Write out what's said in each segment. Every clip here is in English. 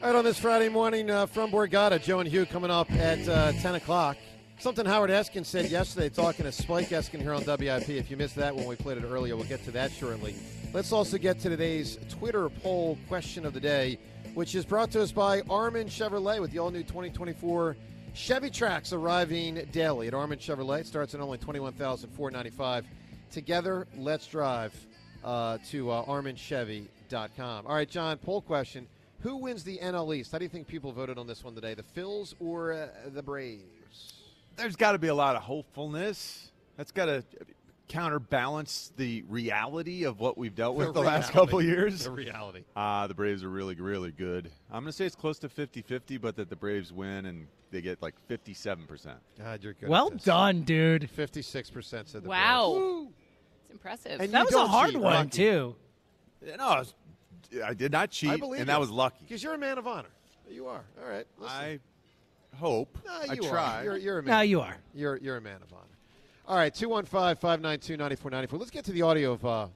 All right, on this Friday morning uh, from Borgata, Joe and Hugh coming up at uh, 10 o'clock. Something Howard Eskin said yesterday, talking to Spike Eskin here on WIP. If you missed that when we played it earlier, we'll get to that shortly. Let's also get to today's Twitter poll question of the day, which is brought to us by Armin Chevrolet with the all new 2024 Chevy Trax arriving daily at Armin Chevrolet. It starts at only 21495 Together, let's drive uh, to uh, arminchevy.com. All right, John, poll question. Who wins the NL East? How do you think people voted on this one today? The Phils or uh, the Braves? There's got to be a lot of hopefulness. That's got to counterbalance the reality of what we've dealt with the, last reality. couple years. The reality. Ah, the Braves are really, really good. I'm going to say it's close to 50 50, but that the Braves win and they get like 57%. God, you're good. Well done, dude. Fifty-six percent said the Wow. Braves. It's impressive. And That you was a don't hard cheat, one Rocky. too. No, I, was- I did not cheat, I believe, and that was lucky. Because you're a man of honor. You are. All right. Listen. I hope. No, I you are. try. You're, you're a man. No, you are. You're you're a man of honor. All right, 215-592-9494. Let's get to the audio of uh,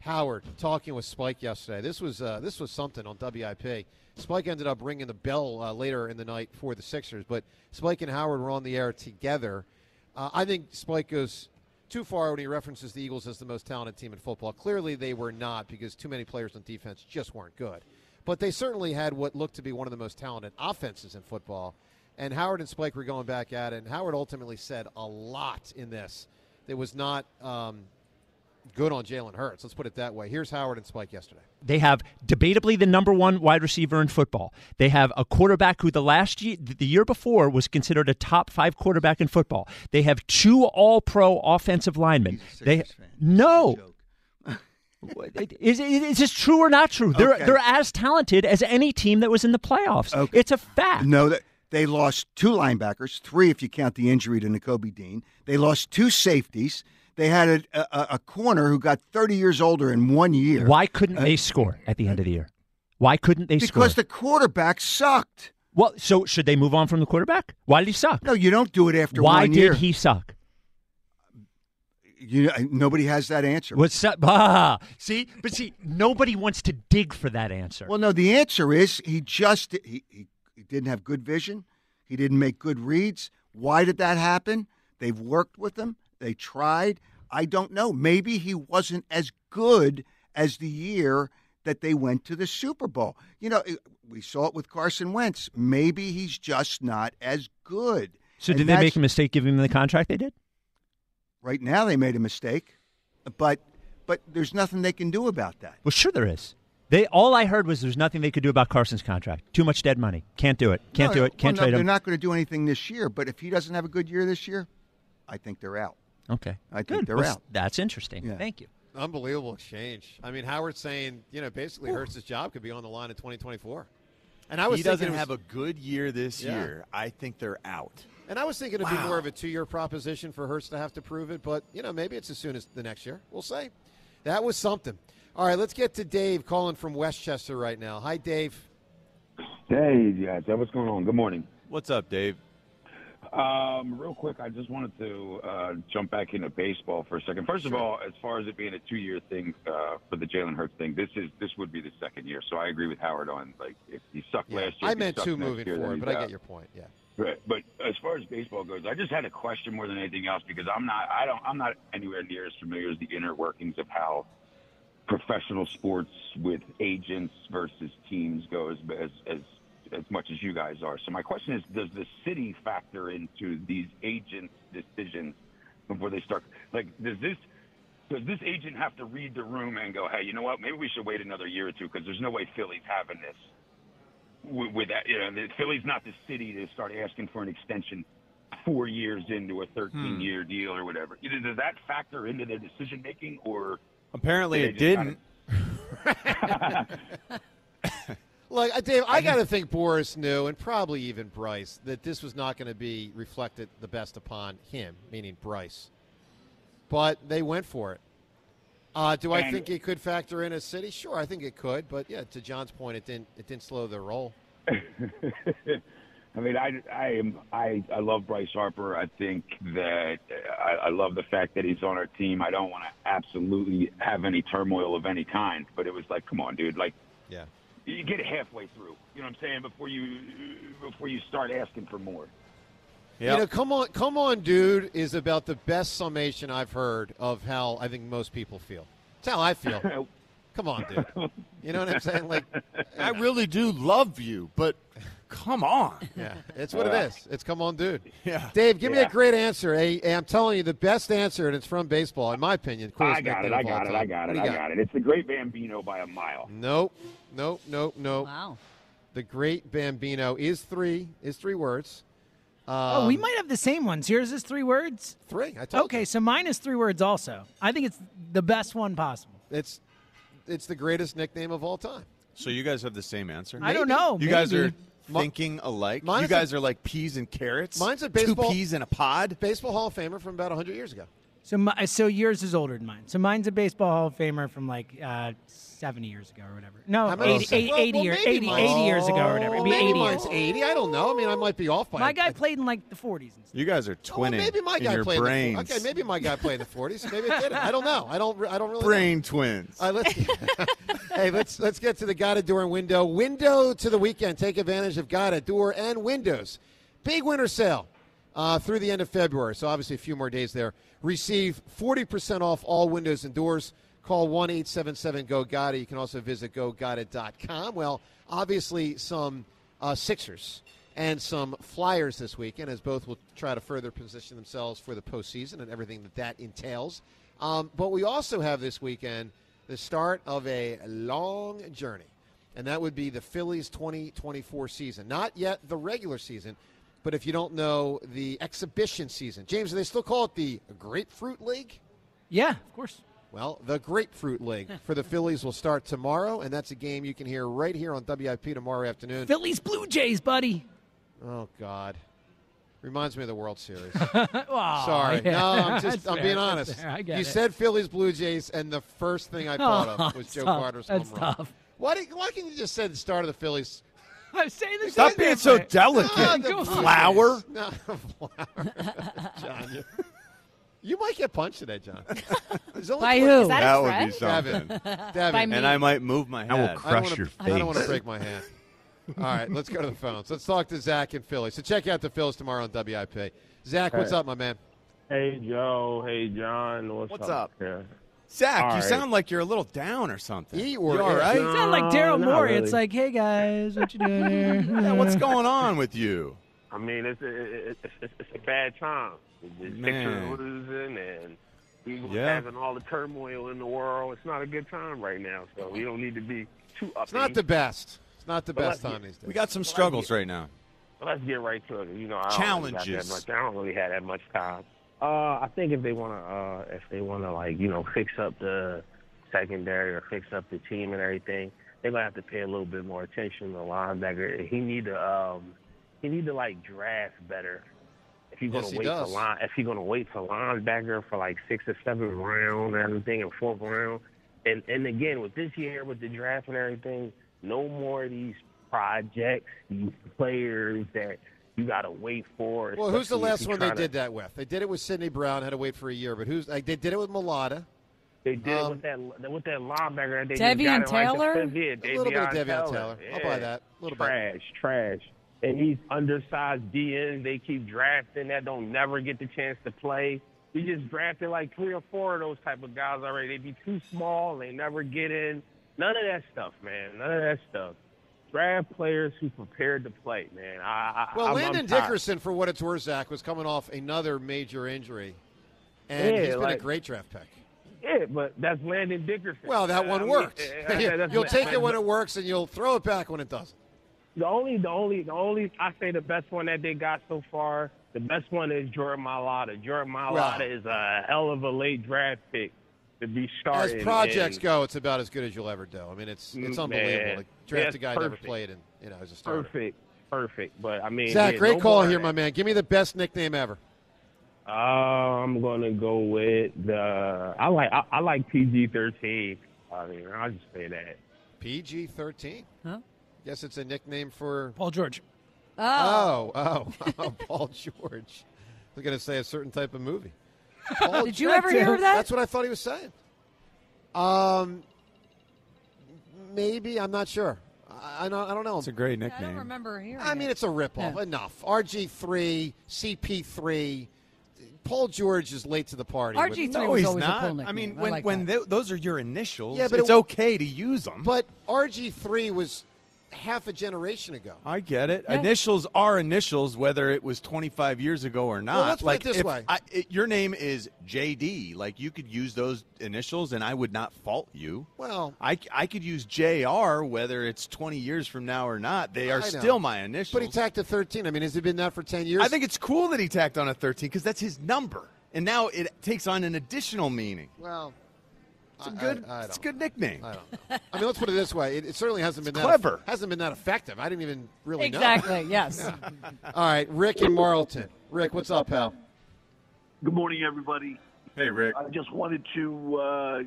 Howard talking with Spike yesterday. This was uh, this was something on WIP. Spike ended up ringing the bell uh, later in the night for the Sixers, but Spike and Howard were on the air together. Uh, I think Spike goes too far when he references the Eagles as the most talented team in football. Clearly, they were not because too many players on defense just weren't good. But they certainly had what looked to be one of the most talented offenses in football. And Howard and Spike were going back at it. And Howard ultimately said a lot in this that was not um, good on Jalen Hurts. Let's put it that way. Here's Howard and Spike yesterday. They have debatably the number one wide receiver in football. They have a quarterback who the last year, the year before was considered a top five quarterback in football. They have two All Pro offensive linemen. They no. Is, is this true or not true? They're Okay. they're as talented as any team that was in the playoffs. Okay. It's a fact. No, that they lost two linebackers, three if you count the injury to N'Kobe Dean. They lost two safeties. They had a, a, a corner who got 30 years older in one year. Why couldn't Uh, they score at the end of the year? Why couldn't they score? Because the quarterback sucked. well, so should they move on from the quarterback? Why did he suck? No, you don't do it after Why one did year. he suck? You, nobody has that answer. What's up? Ah, see, but see, nobody wants to dig for that answer. Well, no, the answer is he just he, he, he didn't have good vision. He didn't make good reads. Why did that happen? They've worked with him. They tried. I don't know. Maybe he wasn't as good as the year that they went to the Super Bowl. You know, it- we saw it with Carson Wentz. Maybe he's just not as good. so, And did they that's- make a mistake giving him the contract they did? Right now, they made a mistake, but but there's nothing they can do about that. Well, sure there is. They all I heard was there's nothing they could do about Carson's contract. Too much dead money. Can't do it. Can't No, do it. well, Can't no, trade They're him. not going to do anything this year. But if he doesn't have a good year this year, I think they're out. okay. I think Good. they're Well, out. That's interesting. Yeah. Thank you. Unbelievable exchange. I mean, Howard's saying, you know, basically Hurts' job could be on the line in 2024. And I was he thinking doesn't it was- have a good year this Yeah. year. I think they're out. And I was thinking it'd be more of a two-year proposition for Hurts to have to prove it, but you know, maybe it's as soon as the next year. We'll see. That was something. All right, let's get to Dave calling from Westchester right now. Hi, Dave. Hey, guys. What's going on? Good morning. What's up, Dave? Um, real quick, I just wanted to uh, jump back into baseball for a second. First of all, as far as it being a two-year thing uh, for the Jalen Hurts thing, this is this would be the second year. So I agree with Howard on like if he sucked Yeah, last year. I if he meant sucked two next moving year, then forward, he's but I out. get your point. Yeah. Right, but as far as baseball goes, I just had a question more than anything else because I'm not I don't I'm not anywhere near as familiar as the inner workings of how professional sports with agents versus teams goes as as as much as you guys are. So my question is, does the city factor into these agents' decisions before they start? Like, does this does this agent have to read the room and go, hey, you know what? Maybe we should wait another year or two because there's no way Philly's having this. With, with that, you know, the- Philly's not the city to start asking for an extension four years into a 13-year deal or whatever. Either does that factor into their decision making, or Apparently, They it just got didn't. it. Like, uh, Dave, I got to think Boris knew, and probably even Bryce, that this was not going to be reflected the best upon him, meaning Bryce. But they went for it. Uh, do I And- think it could factor in a city? Sure, I think it could. But yeah, to John's point, it didn't. It didn't slow their roll. I mean, I, I am I, I love Bryce Harper. I think that I, I love the fact that he's on our team. I don't want to absolutely have any turmoil of any kind, but it was like, come on, dude, like Yeah. you get it halfway through. You know what I'm saying? Before you before you start asking for more. Yeah. You know, come on, come on, dude is about the best summation I've heard of how I think most people feel. It's how I feel. come on, dude. You know what I'm saying? Like, I really do love you, but come on. yeah, it's what it is. It's come on, dude. Yeah. Dave, give me a Yeah. great answer. i a, I'm telling you, the best answer, and it's from baseball, in my opinion. Coolest I got it. nickname I of all got it. time. I got What it. do I you got it. It's the Great Bambino by a mile. Nope, nope, nope, nope. Wow. The great Bambino is three is three words. Um, Oh, we might have the same ones. Yours is three words. three. I told Okay, you. so mine is three words also. I think it's the best one possible. it's it's the greatest nickname of all time. So you guys have the same answer. I don't know. You guys maybe. are thinking alike. Mine's you a- guys are like peas and carrots. Mine's a baseball- Two peas in a pod. Baseball Hall of Famer from about 100 years ago. So, my, so yours is older than mine. So mine's a baseball Hall of Famer from like uh, 70 years ago or whatever. No, How about 80, seven? 80, Well, 80 well, year- maybe 80 mine's- 80 years ago or whatever. It'd be maybe 80 mine's years. 80. I don't know. I mean, I might be off by My a- guy played in like the 40s and stuff. You guys are Oh, well, twinning maybe my in guy your played. In brains. the, okay, maybe my guy played in the 40s. Maybe it didn't. I don't know. I don't. re- I don't really. know. brain twins. All right, let's, hey, let's let's get to the God at Door and Window. Window to the weekend. Take advantage of God at Door and Windows. Big winter sale uh, through the end of February. So obviously a few more days there. Receive 40% off all windows and doors. Call 1 877 GO GOTA. You can also visit gogotta.com. Well, obviously some uh, Sixers and some Flyers this weekend as both will try to further position themselves for the postseason and everything that that entails. Um, but we also have this weekend the start of a long journey, and that would be the Phillies 2024 season. Not yet the regular season, but if you don't know, the exhibition season. James, do they still call it the Grapefruit League? Yeah, of course. Well, the Grapefruit League for the Phillies will start tomorrow, and that's a game you can hear right here on WIP tomorrow afternoon. Phillies Blue Jays, buddy. Oh God, reminds me of the World Series. Aw, Sorry, yeah. no, I'm That's just I'm fair, being that's honest. fair. I You get it. said Phillies Blue Jays, and the first thing I thought of Oh, was it's Joe tough. Carter's That's home run. tough. Why, did, why can't you just say the start of the Phillies? I'm saying this. Stop being so Ah, delicate. the Blue Flower. Jays. No, flower. John, you, you might get punched today, John. There's only By one- who? Is That, that a would be threat? something. Davin. By Davin. me. and I might move my head. I will I don't Crush wanna- your I don't want to face. break my hand. All right, let's go to the phones. Let's talk to Zach in Philly. So check out the Phillies tomorrow on WIP. Zach, what's up, my man? Hey Joe, hey John, what's, What's up? here? Zach, you All right. sound like you're a little down or something. He or you all it? right? You sound like No, Daryl not Morey. really. It's like, hey guys, what you doing here? Yeah, what's going on with you? I mean, it's it, it, it's, it's a bad time. The Sixers Man. are losing, and we were Yeah. having all the turmoil in the world. It's not a good time right now, so we don't need to be too up. It's not the best. It's not the Well, best let- time these days. We got some struggles right now. Let's get right to it. You know, I don't really got that Challenges. much- I don't really have that much time. Uh, I think if they want to, uh, if they want to, like you know, fix up the secondary or fix up the team and everything, they're gonna have to pay a little bit more attention to the linebacker. He need to, um, he need to like draft better. If you're gonna Yes, he wait for does. line, if you're gonna wait for linebacker for like six or seven round and everything and fourth round, and and again with this year with the draft and everything, no more of these projects, these players that you gotta wait for. Well, who's especially the if last you one they tryna- did that with? They did it with Sidney Brown. Had to wait for a year, but who's? Like, they did it with Mulata. They did Um, it with that with that linebacker. They Devion just got it Taylor? Like the fifth year. A little bit of Devion Taylor. Taylor. I'll buy Yeah. that. A little bit. trash, trash. And these undersized DNs, they keep drafting that don't never get the chance to play. We just drafted like three or four of those type of guys already. They be too small. They never get in. None of that stuff, man. None of that stuff. Draft players who prepared to play, man. I, I Well, I'm, Landon I'm tired. Dickerson, for what it's worth, Zach, was coming off another major injury, and Yeah, he's been like- a great draft pick. Yeah, but that's Landon Dickerson. Well, that one I mean, worked. I- I- that's- you'll take I- it when it works, and you'll throw it back when it doesn't. The only, the only, the only, I say the best one that they got so far, the best one is Jordan Mailata. Jordan Mailata Wow. is a hell of a late draft pick to be started. as projects and- go, it's about as good as you'll ever do. I mean, it's it's Mm, unbelievable. man. Like, draft That's a guy who never perfect. played, and you know, as a starter. Perfect, perfect. But I mean, Zach, yeah, great no call more. here, my man. Give me the best nickname ever. Uh, I'm gonna go with the. I like, I, I like PG-13. I mean, I'll just say that. PG thirteen. Huh? Guess it's a nickname for Paul George. Oh, oh, oh, Paul George. I was gonna say a certain type of movie. Paul Did you George. ever hear of that? Oh, That's what I thought he was saying. Um, maybe I'm not sure. I, I don't. I don't know. It's a great nickname. I remember hearing. I mean, it's a ripoff. Enough. RG3, CP3. Paul George is late to the party. with- RG3 was always a cool nickname. I mean, I when, like when tho- those are your initials, Yeah, but it's it- okay to use them. But RG3 was half a generation ago. I get it. Yeah. Initials are initials, whether it was 25 years ago or not. let's put like it this if way. I, it, your name is JD. Like you could use those initials, and I would not fault you. Well, I, c- I could use JR whether it's 20 years from now or not. They I are know. still my initials. But he tacked a 13. I mean, has it been that for 10 years? I think it's cool that he tacked on a 13 because that's his number, and now it takes on an additional meaning. Well, It's a I- good, I- I it's a don't good nickname. I don't know. I mean, let's put it this way: it, it certainly hasn't been that clever. hasn't been that effective. I didn't even really Exactly, know. yes. Yeah. All right, Rick in Marlton. Rick, what's up, pal? Good morning, everybody. Hey, Rick. I just wanted to uh, uh,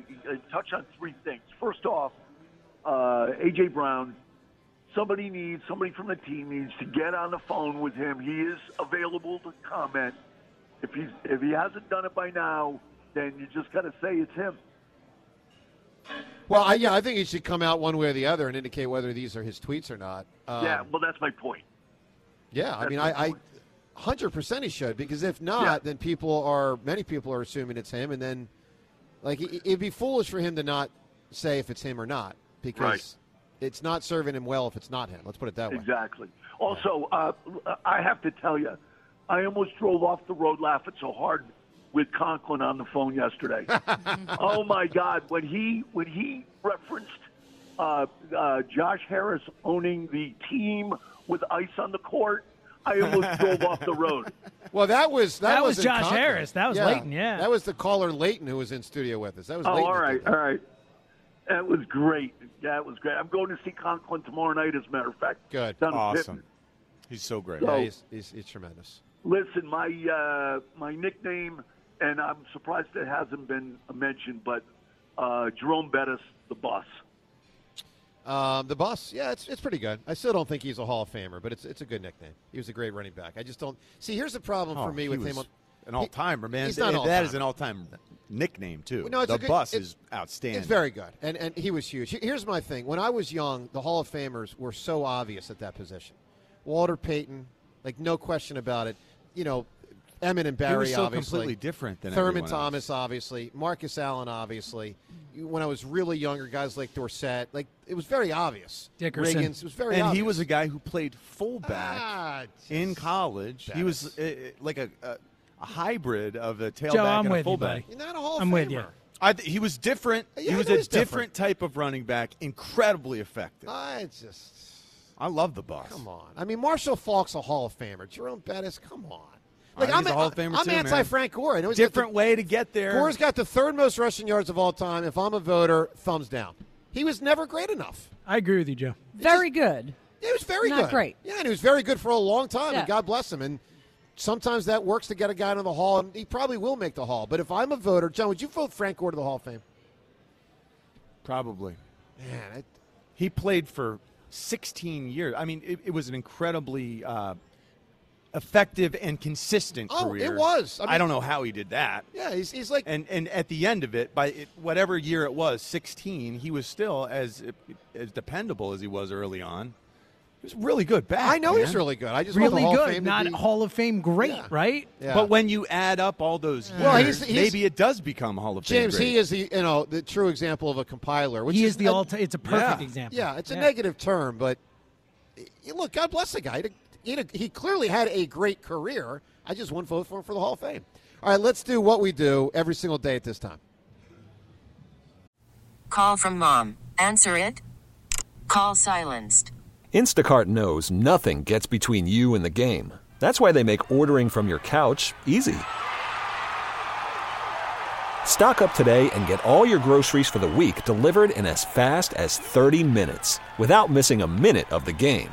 touch on three things. First off, uh, AJ Brown. Somebody needs somebody from the team needs to get on the phone with him. He is available to comment. If he's if he hasn't done it by now, then you just got to say it's him. Well, I, yeah, I think he should come out one way or the other and indicate whether these are his tweets or not. Um, yeah, well, that's my point. yeah. I mean, I, I, hundred percent he should because if not, then people are many people are assuming it's him, and then like it, it'd be foolish for him to not say if it's him or not because Right. it's not serving him well if it's not him. Let's put it that way. Exactly. Also, uh, I have to tell you, I almost drove off the road laughing so hard with Conklin on the phone yesterday. oh my God! When he when he referenced uh, uh, Josh Harris owning the team with ice on the court, I almost drove off the road. Well, that was that, That was in Josh Conklin. Harris. That was Leighton, yeah. that was the caller Leighton who was in studio with us. That was Oh, Leighton all that right, did that. all right. That was great. That was great. I'm going to see Conklin tomorrow night. As a matter of fact, Good, Down in Pittman. He's so great. So- yeah, he's, he's, he's tremendous. Listen, my uh, my nickname, and I'm surprised it hasn't been mentioned, but uh, Jerome Bettis, the boss. Um, the boss, yeah, it's, it's pretty good. I still don't think he's a Hall of Famer, but it's it's a good nickname. He was a great running back. I just don't see. Here's the problem Oh, for me he with was him. on- an all-timer, He- man. He's not Th- all that is an all-time nickname too. No, it's the a good- bus it- is outstanding. It's very good, and and he was huge. He- Here's my thing: when I was young, the Hall of Famers were so obvious at that position. Walter Payton, like no question about it. You know, Emmett and He was Barry, so obviously completely different than Thurman everyone else. Thomas, obviously Marcus Allen, obviously. You- When I was really younger, guys like Dorsett, like it was very obvious. Riggins, it was very and obvious. he was a guy who played fullback Ah, in college. He was uh, uh, like a, a, a hybrid of a tailback I'm and with a you, fullback. buddy. You're not a Hall of I'm with Famer. you. I th- he was different. Yeah, he I was know a he's different, different. type of running back, incredibly effective. I just I love the boss. Come on. I mean, Marshall Falk's a Hall of Famer. Jerome Bettis, come on. I think Uh, he's a Hall of Famer I'm too, man. anti-Frank Gore. I know he's got Different the- way to get there. Gore's got the third most rushing yards of all time. If I'm a voter, thumbs down. He was never great enough. I agree with you, Joe. Very good. He was very Not good. great. Yeah, and he was very good for a long time, Yeah. and God bless him. And sometimes that works to get a guy into the Hall, and he probably will make the Hall. But if I'm a voter, John, would you vote Frank Gore to the Hall of Fame? Probably. Man, he played for 16 years. I mean, it, it was an incredibly uh, effective and consistent Oh, it career. was. I I, mean- don't know how he did that. Yeah, he's, he's like and and at the end of it, by it, whatever year it was, 16, he was still as as dependable as he was early on. was really good back. I know man. he's really good. I just want the really Hall of good, Fame to not be- Hall of Fame great, right? But when you add up all those years, Well, he's- he's- maybe it does become Hall of Fame. James, he is the you know the true example of a compiler. Which He is the a- all-ti- it's a perfect example. Yeah, it's a Yeah. negative term, but y- look, God bless the guy. He, he, he clearly had a great career. I just wouldn't vote for him for the Hall of Fame. All right, let's do what we do every single day at this time. Call from mom. Answer it. Call silenced. Instacart knows nothing gets between you and the game. That's why they make ordering from your couch easy. Stock up today and get all your groceries for the week delivered in as fast as 30 minutes without missing a minute of the game.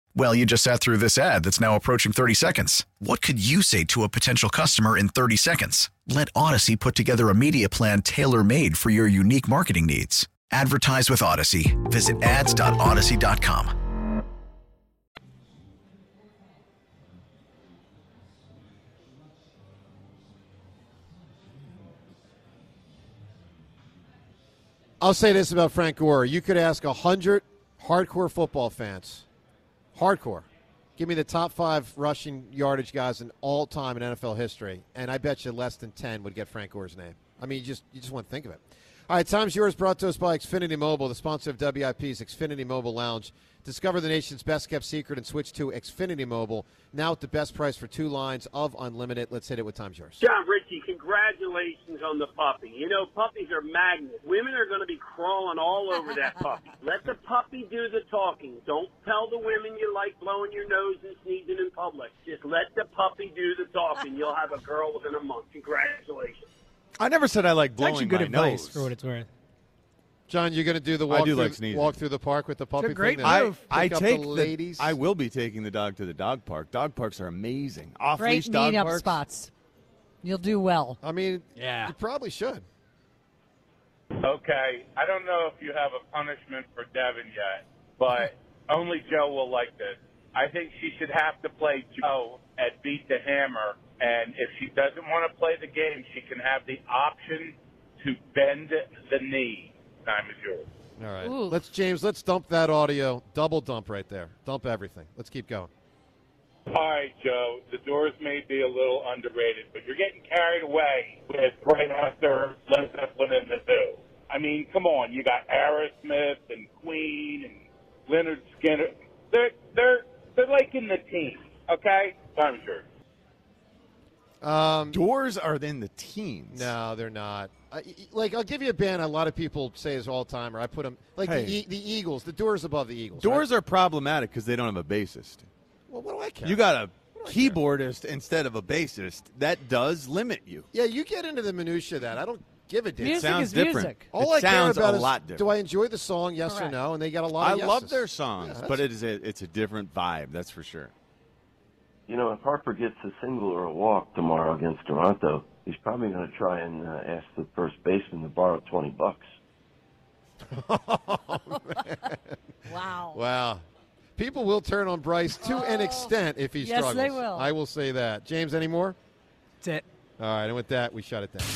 Well, you just sat through this ad that's now approaching 30 seconds. What could you say to a potential customer in 30 seconds? Let Odyssey put together a media plan tailor made for your unique marketing needs. Advertise with Odyssey. Visit ads.odyssey.com. I'll say this about Frank Gore: you could ask hundred hardcore football fans, hardcore, give me the top five rushing yardage guys in all time in NFL history, and I bet you less than ten would get Frank Gore's name. I mean, you just you just want to think of it. All right, time's yours. Brought to us by Xfinity Mobile, the sponsor of WIP's Xfinity Mobile Lounge. Discover the nation's best kept secret and switch to Xfinity Mobile now at the best price for two lines of unlimited. Let's hit it with time's yours. John Ritchie, congratulations on the puppy. You know, puppies are magnets. Women are going to be crawling all over that puppy. Let the puppy do the talking. Don't tell the women you like blowing your nose and sneezing in public. Just let the puppy do the talking. You'll have a girl within a month. Congratulations. I never said I like It's actually blowing good my advice nose. for what it's worth. John, you're going to do the I walk, do through, like sneezing. walk through the park with the puppy. thing there? I, I Pick up take the the- ladies. I will be taking the dog to the dog park. Dog parks are amazing. Off leash Great dog meetup parks. spots. You'll do well. I mean, Yeah. you probably should. Okay, I don't know if you have a punishment for Devin yet, but only Joe will like this. I think she should have to play Joe at Beat the Hammer, and if she doesn't want to play the game, she can have the option to bend the knee. Time is yours. All right. Ooh. Let's James, let's dump that audio. Double dump right there. Dump everything. Let's keep going. All right, Joe. The Doors may be a little underrated, but you're getting carried away with right after Led Zeppelin and the Zoo. I mean, come on. You got Aerosmith and Queen and Leonard Skinner. They're they're they're like in the teens, okay? I'm sure. Um, Doors are in the teens. No, they're not. I- y- like I'll give you a band. A lot of people say is all timer. I put them like Hey. the, e- the Eagles. The Doors above the Eagles. right? Doors are problematic because they don't have a bassist. Well, what do I care? You got a keyboardist instead of a bassist. That does limit you. yeah, you get into the minutia of that. I don't give a damn. Music sounds is different. music. All It I care sounds a about is lot different. do I enjoy the song? Yes or Correct. no? And they got a lot. I of love yeses. their songs, Yeah, but that's- it is a, it's a different vibe. That's for sure. You know, if Harper gets a single or a walk tomorrow against Toronto, he's probably going to try and uh, ask the first baseman to borrow 20 bucks. Wow. Wow. People will turn on Bryce to Oh. an extent if he Yes, struggles. they will. I will say that. James, any more? That's it. All right, and with that, we shut it down.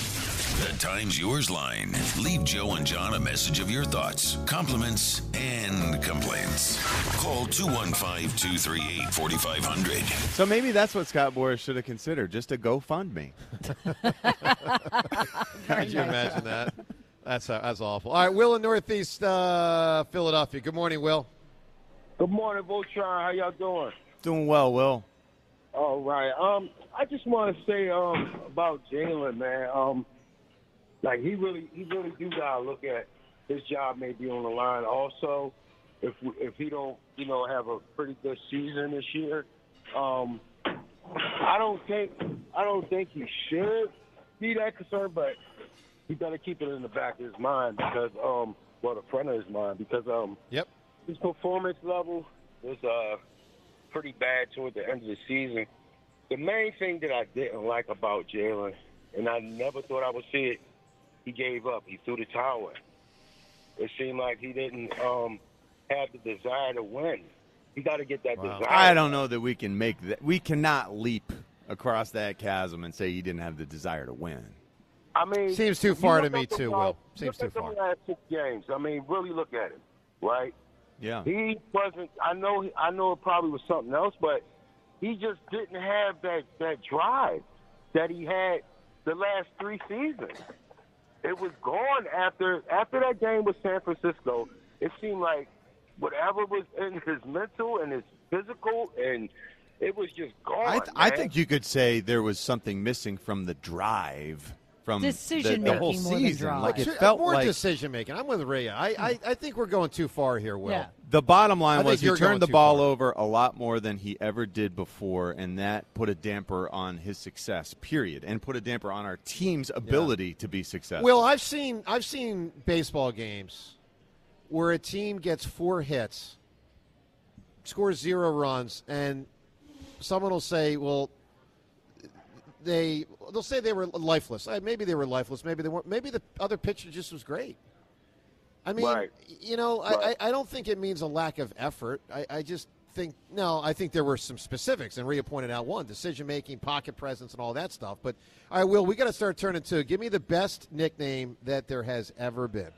The Times Yours line. Leave Joe and John a message of your thoughts, compliments, and complaints. Call 215 238 4500. So maybe that's what Scott Boris should have considered, just a GoFundMe. Could you imagine that? That's that's awful. All right, Will in Northeast uh, Philadelphia. Good morning, Will. Good morning, Voltron. How y'all doing? Doing well, Will. All right. Um, I just want to say um about Jalen, man. Um, like he really, he really do gotta look at his job may be on the line. Also, if we, if he don't, you know, have a pretty good season this year, um, I don't think I don't think he should be that concerned, but he better keep it in the back of his mind because um, well, the front of his mind because um, yep, his performance level was uh pretty bad toward the end of the season. The main thing that I didn't like about Jalen, and I never thought I would see it, he gave up. He threw the towel. in. It seemed like he didn't um, have the desire to win. You got to get that desire. I don't know that we can make that. We cannot leap across that chasm and say he didn't have the desire to win. I mean, Seems too far to you look me, at the too, last- Will. Seems look too at the last six games. I mean, really look at him, right? Yeah. He wasn't. I know. I know it probably was something else, but he just didn't have that that drive that he had the last three seasons. It was gone after after that game with San Francisco. It seemed like whatever was in his mental and his physical, and it was just gone. I, th- I man. think you could say there was something missing from the drive, from the- the, Decision-making whole more than season. drive. Like it Sure, felt more like decision making. I'm with Rhea. I, I, I think we're going too far here, Will. Yeah. The bottom I line think was he you're going turned the too ball over a lot more than he ever did before, and that put a damper on his success. Period, and put a damper on our team's ability to be successful. Well, I've seen I've seen baseball games where a team gets four hits, scores zero runs, and someone will say, "Well, they they'll say they were lifeless. Uh, Maybe they were lifeless. Maybe they weren't. Maybe the other pitcher just was great." I mean, Right. you know, Right. I, I, I don't think it means a lack of effort. I, I just think no, I think there were some specifics, and Rhea pointed out one decision making, pocket presence, and all that stuff. But all right, Will, we got to start turning to give me the best nickname that there has ever been.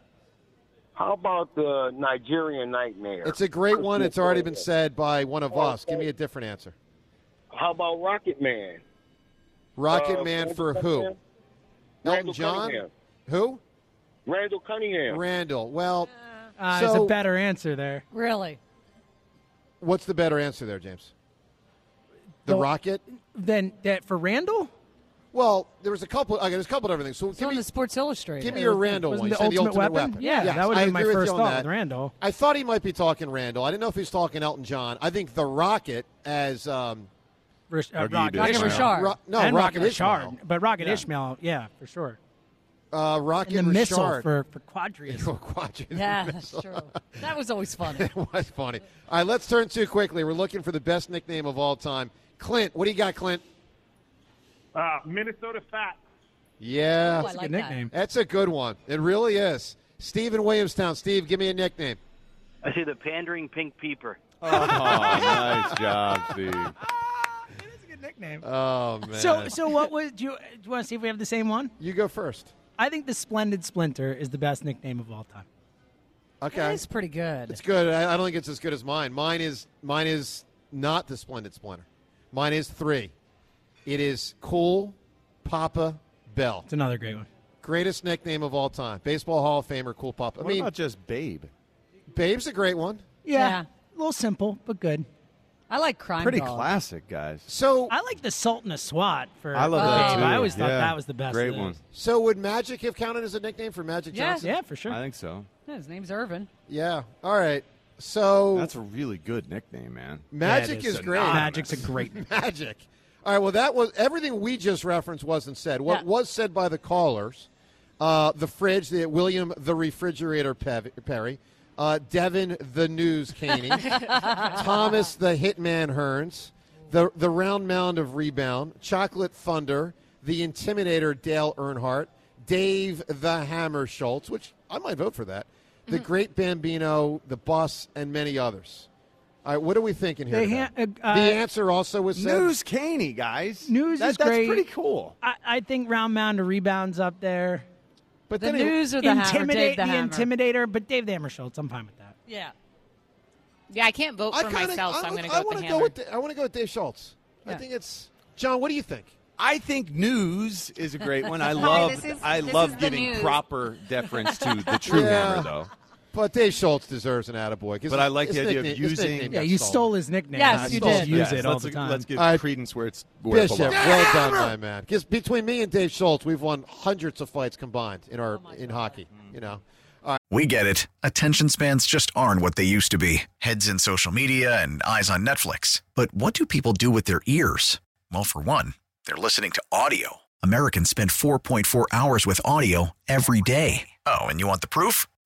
How about the Nigerian nightmare? It's a great one. It's already been said. said by one of us. Give me a different answer. How about Rocket Man? Rocket Uh, Man Randall for who? Cunningham? Elton Randall John. Cunningham. Who? Randall Cunningham. Randall. Well, Uh, so it's a better answer there. Really? what's the better answer there, James? The The- Rocket. Then that for Randall? Well, there was a couple. Okay, there's a couple different things. So give me the Sports Illustrated. Give me your Randall Wasn't one. the You said Ultimate Weapon? Yeah, Yes, that would've I been my agree with first you on thought that. with Randall. I thought he might be talking Randall. I didn't know if he was talking Elton John. I think the Rocket as um, Rish- uh, Rocket Rocket Ishmael. Richard. Ro- no, and Rocket Rocket Richard. Ishmael. But Rocket Yeah. Ishmael, yeah, for sure. uh, Rocket and the missile Richard. for, for Quadri. Quadri. Yeah, that's true. That was always fun. it was funny. All right, let's turn to quickly. We're looking for the best nickname of all time. Clint, what do you got, Clint? Uh, Minnesota Fat. Yeah, Ooh, I That's a like good that. nickname. That's a good one. It really is. Steve in Williamstown. Steve, give me a nickname. I see the pandering pink peeper. Oh, nice job, Steve. Nickname. Oh man. So, so what was? Do you, do you want to see if we have the same one? You go first. I think the Splendid Splinter is the best nickname of all time. Okay. It's pretty good. It's good. I, I don't think it's as good as mine. Mine is mine is not the splendid splinter. Mine is three. It is cool, Papa Bell. It's another great one. Greatest nickname of all time. Baseball Hall of Famer, cool Papa. I What mean, about just Babe? Babe's a great one. Yeah, a little simple but good. I like crime. Pretty Dog. classic, guys. So I like the Sultan of SWAT for. I love that Babe. too. Oh, I always thought Yeah. that was the best. Great of those. one. So would Magic have counted as a nickname for Magic Yeah. Johnson? Yeah, for sure. I think so. Yeah, his name's Irvin. Yeah. All right. So That's a really good nickname, man. Magic is, great. Magic's a great Magic. All right. Well, that was everything we just referenced wasn't said. What was said by the callers, uh, the fridge, the William, the refrigerator, Pev- Perry, uh, Devin, the news, Caney, Thomas, the hitman, Hearns, the the round mound of rebound, Chocolate Thunder, the intimidator, Dale Earnhardt, Dave, the Hammer Schultz, which I might vote for that. The Great Bambino, the Bus, and many others. All right, what are we thinking here? They today? ha- uh, the answer also was said. News Caney, guys. News That- is that's great. pretty cool. I, I think round mound to rebounds up there. But The then it- news or the hammer, Dave intimidate the hammer. intimidator, but Dave the Hammer Schultz. I'm fine with that. Yeah. Yeah, I can't vote I for kinda- myself, so I'm I- going to I go with wanna the go hammer. with Da- I want to go with Dave Schultz. I think it's John. What do you think? I think news is a great one. I Sorry, love this is- I this is love the giving news. proper deference to the true Yeah. hammer though. But Dave Schultz deserves an attaboy. But 'cause his- I like his the idea of nickname- his using- nickname Yeah, got you stolen. Stole his nickname. I still Use Yes, it all let's- the time. Let's give All right. credence where it's where it Bishop, belongs. well done, my man. Because between me and Dave Schultz, we've won hundreds of fights combined in our in hockey. You know, We get it. Attention spans just aren't what they used to be heads in social media and eyes on Netflix. But what do people do with their ears? Well, for one, they're listening to audio. Americans spend 4.4 hours with audio every day. Oh, and you want the proof?